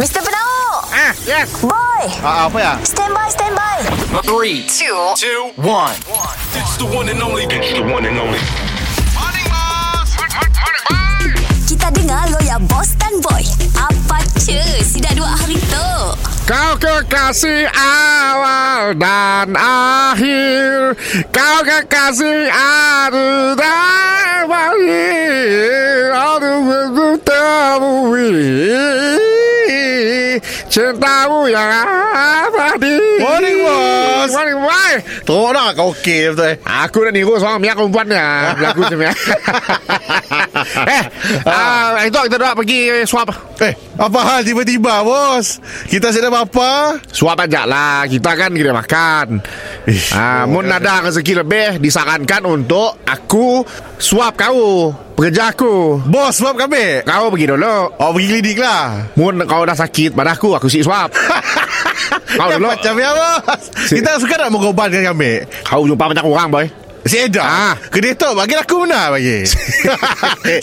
Mr. Penau Ah, yes. Boy Ah, ah, apa ya? Stand by, stand by Three, two, two, one. It's the one and only. It's the one and only. Kita dengar lo ya Boss dan Boy Apa cuy Si dah dua hari tu Kau kekasih awal dan akhir Kau kekasih aduh dan akhir Aduh aku temui Cintamu yang abadi Morning, boss. Morning boy Teruk nak kau okey betul eh. Aku nak niru seorang Mia perempuan ni ah, Berlaku macam ni ah. Eh ah, Itu kita dua pergi suap Eh, apa hal tiba-tiba bos? Kita sedang apa? Suap aja lah Kita kan kena makan Ish, ah, oh, Mun ada rezeki lebih Disarankan untuk Aku Suap kau Pekerja aku Bos sebab kami. Kau pergi dulu Oh pergi klinik lah. Mun kau dah sakit Pada aku Aku si suap Kau Ya, dulu Macam ya bos. Kita suka nak mengobatkan kami. Kau jumpa banyak orang boy Si Eda. Ah. Ah. Kedai tu bagi aku benar bagi.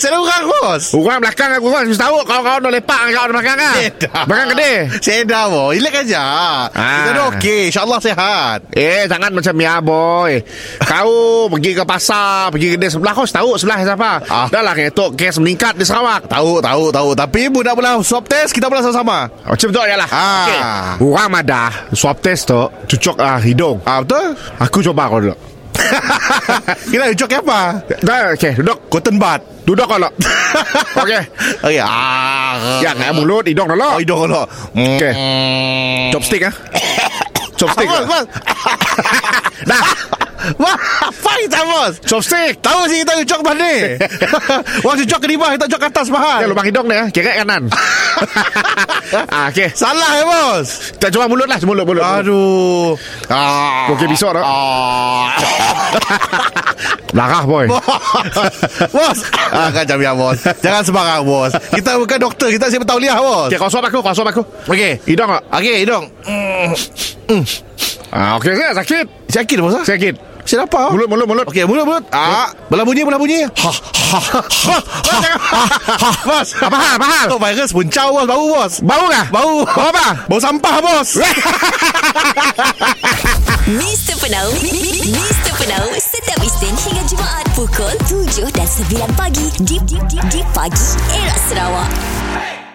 Saya orang bos. Orang belakang aku kan Mesti tahu Kau-kau dah lepak Kau dah makan kan Sedah. Makan kedai Sedah bos. Relax aja. Ah. Kita dah okey. InsyaAllah sehat. Eh jangan macam ya boy Kau pergi ke pasar Pergi kedai sebelah Kau tahu sebelah siapa Ah. Dah lah ketok Kes meningkat di Sarawak Tahu, tahu, tahu. Tapi budak pula swab test kita pula sama-sama. Macam tu je lah Ah. Okey. Orang madah Swab test tu Cucuk ah, hidung Ah betul? Aku coba kau dulu Kira ucok apa? Dah okey duduk Cotton bud. Duduk kau dulu Okey Okey. Ah. Ya nak mulut hidung dulu Oh, hidung lo. Okey Chopstick ah Chopstick Bos, bos. Dah Wah, apa kita bos? Chopstick Tahu sih kita ucok mana? Wah, ucok ke bawah, kita ucok ke atas Ya bahan. lubang hidung dia Kira kanan ah, Okey Salah ya bos. Kita cuba mulut lah Mulut mulut Aduh. Ah. Okey besok dah Ah. Darah boy bos. Ah, kan jam ya bos. Jangan sembarang bos. Kita bukan doktor, kita siapa tahu liah bos. Okey kau suap aku Kau suap aku Okey. Hidung tak Okey, hidung. ah, Okey saya sakit Sakit bos ah? Sakit Sakit apa? Mulut mulut mulut Okey, mulut mulut. Ah, belah bunyi belah bunyi. Ha Bos, Apa hal apa hal Kau virus buncau bos, bau bos. Bau kah Bau. Bau apa Bau sampah bos. Mr. Penau Mi- Mi- Mi- Mr. Penau Setiap Isnin hingga Jumaat Pukul 7 dan 9 pagi Di, di, di, di pagi Era Sarawak